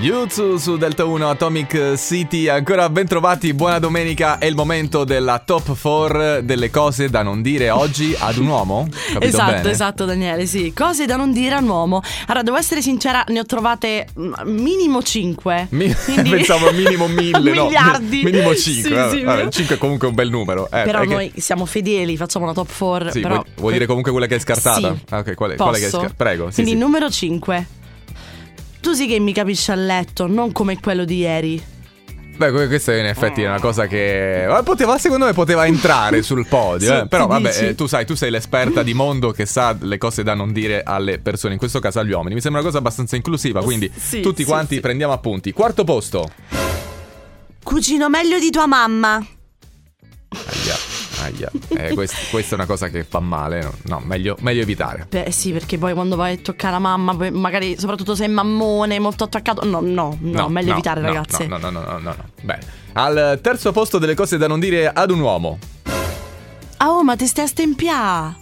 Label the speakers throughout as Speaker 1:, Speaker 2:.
Speaker 1: YouTube su Delta 1 Atomic City, ancora ben trovati, buona domenica, è il momento della top 4 delle cose da non dire oggi ad un uomo. Capito
Speaker 2: esatto,
Speaker 1: bene?
Speaker 2: esatto Daniele, sì. Cose da non dire a un uomo. Allora, devo essere sincera, ne ho trovate mm, minimo 5.
Speaker 1: Mi- Pensavo minimo mille, no?
Speaker 2: Miliardi.
Speaker 1: Minimo 5.
Speaker 2: Sì, sì.
Speaker 1: 5 è comunque un bel numero. Eh,
Speaker 2: Però
Speaker 1: è che-
Speaker 2: noi siamo fedeli, facciamo una top 4.
Speaker 1: Sì,
Speaker 2: però...
Speaker 1: vuoi, vuoi dire comunque quella che è scartata?
Speaker 2: Sì.
Speaker 1: Ah, ok, quale, quale che è
Speaker 2: Posso?
Speaker 1: scartata? Prego. Sì,
Speaker 2: Quindi
Speaker 1: sì.
Speaker 2: numero 5. Tu sì che mi capisci a letto, non come quello di ieri.
Speaker 1: Beh, que- questa in effetti è una cosa che eh, poteva, secondo me poteva entrare sul podio.
Speaker 2: Sì,
Speaker 1: eh. Però
Speaker 2: tu
Speaker 1: vabbè,
Speaker 2: dici.
Speaker 1: eh, tu sai, tu sei l'esperta di mondo che sa le cose da non dire alle persone, in questo caso agli uomini. Mi sembra una cosa abbastanza inclusiva, quindi
Speaker 2: sì,
Speaker 1: tutti
Speaker 2: sì,
Speaker 1: quanti
Speaker 2: sì.
Speaker 1: prendiamo appunti. Quarto posto.
Speaker 2: Cucino meglio di tua mamma.
Speaker 1: Aia, aia. Eh, quest- questa è una cosa che fa male, no, no, meglio, meglio evitare.
Speaker 2: Beh sì, perché poi quando vai a toccare la mamma, poi magari soprattutto se è mammone, molto attaccato. No, no, no, meglio evitare,
Speaker 1: no,
Speaker 2: ragazze.
Speaker 1: No, no, no, no, no, no. Bene. Al terzo posto delle cose da non dire ad un uomo.
Speaker 2: Ah, oh, ma te stai a stempià.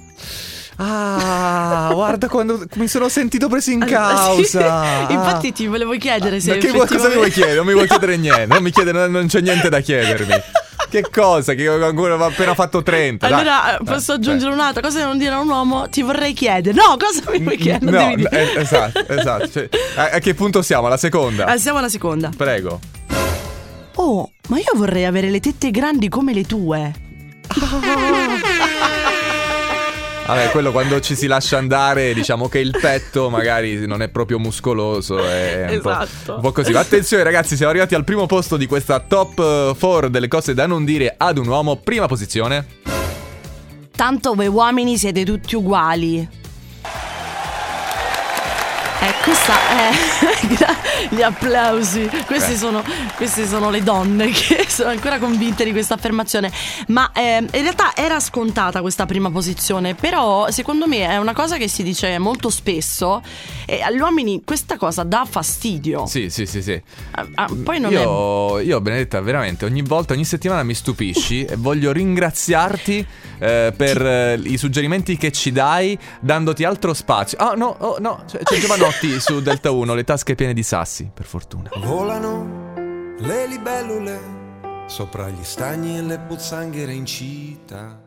Speaker 1: Ah, guarda quando mi sono sentito preso in
Speaker 2: Sì.
Speaker 1: causa. Ah,
Speaker 2: Infatti ti volevo chiedere se
Speaker 1: Ma che vuoi- cosa mi vuoi
Speaker 2: effettivamente-
Speaker 1: chiedere? Non mi vuoi chiedere niente. Non, mi chiede, non, non c'è niente da chiedermi. Che cosa? Che ancora ho appena fatto 30. dai.
Speaker 2: Allora, eh,
Speaker 1: Dai,
Speaker 2: posso
Speaker 1: dai.
Speaker 2: aggiungere un'altra cosa da non dire a un uomo? Ti vorrei chiedere. No, cosa mi vuoi chiedere? Non
Speaker 1: eh, No,
Speaker 2: devi dire.
Speaker 1: eh, esatto, esatto. Cioè, a, a che punto siamo? Alla seconda?
Speaker 2: Eh, siamo alla seconda.
Speaker 1: Prego.
Speaker 2: Oh, ma io vorrei avere le tette grandi come le tue.
Speaker 1: Vabbè, quello quando ci si lascia andare, diciamo che il petto magari non è proprio muscoloso. È un po'-
Speaker 2: Esatto.
Speaker 1: un po' così. Ma attenzione, ragazzi, siamo arrivati al primo posto di questa top 4 delle cose da non dire ad un uomo. Prima posizione.
Speaker 2: Tanto voi uomini siete tutti uguali. Eh, questa è. gra- Gli applausi. Queste
Speaker 1: Beh.
Speaker 2: sono, queste sono le donne che sono ancora convinte di questa affermazione. Ma ehm, in realtà era scontata questa prima posizione. Però, secondo me, è una cosa che si dice molto spesso. E agli uomini questa cosa dà fastidio.
Speaker 1: Sì, sì, sì, sì.
Speaker 2: Ah, ah, poi non è.
Speaker 1: Io, io, Benedetta, veramente ogni volta, ogni settimana mi stupisci e voglio ringraziarti eh, per eh, i suggerimenti che ci dai, dandoti altro spazio. Ah, no, oh, no, c'è, c'è Giovanotti su Delta 1, le tasche piene di sassi, per fortuna.
Speaker 3: Volano le libellule sopra gli stagni e le pozzanghere in città.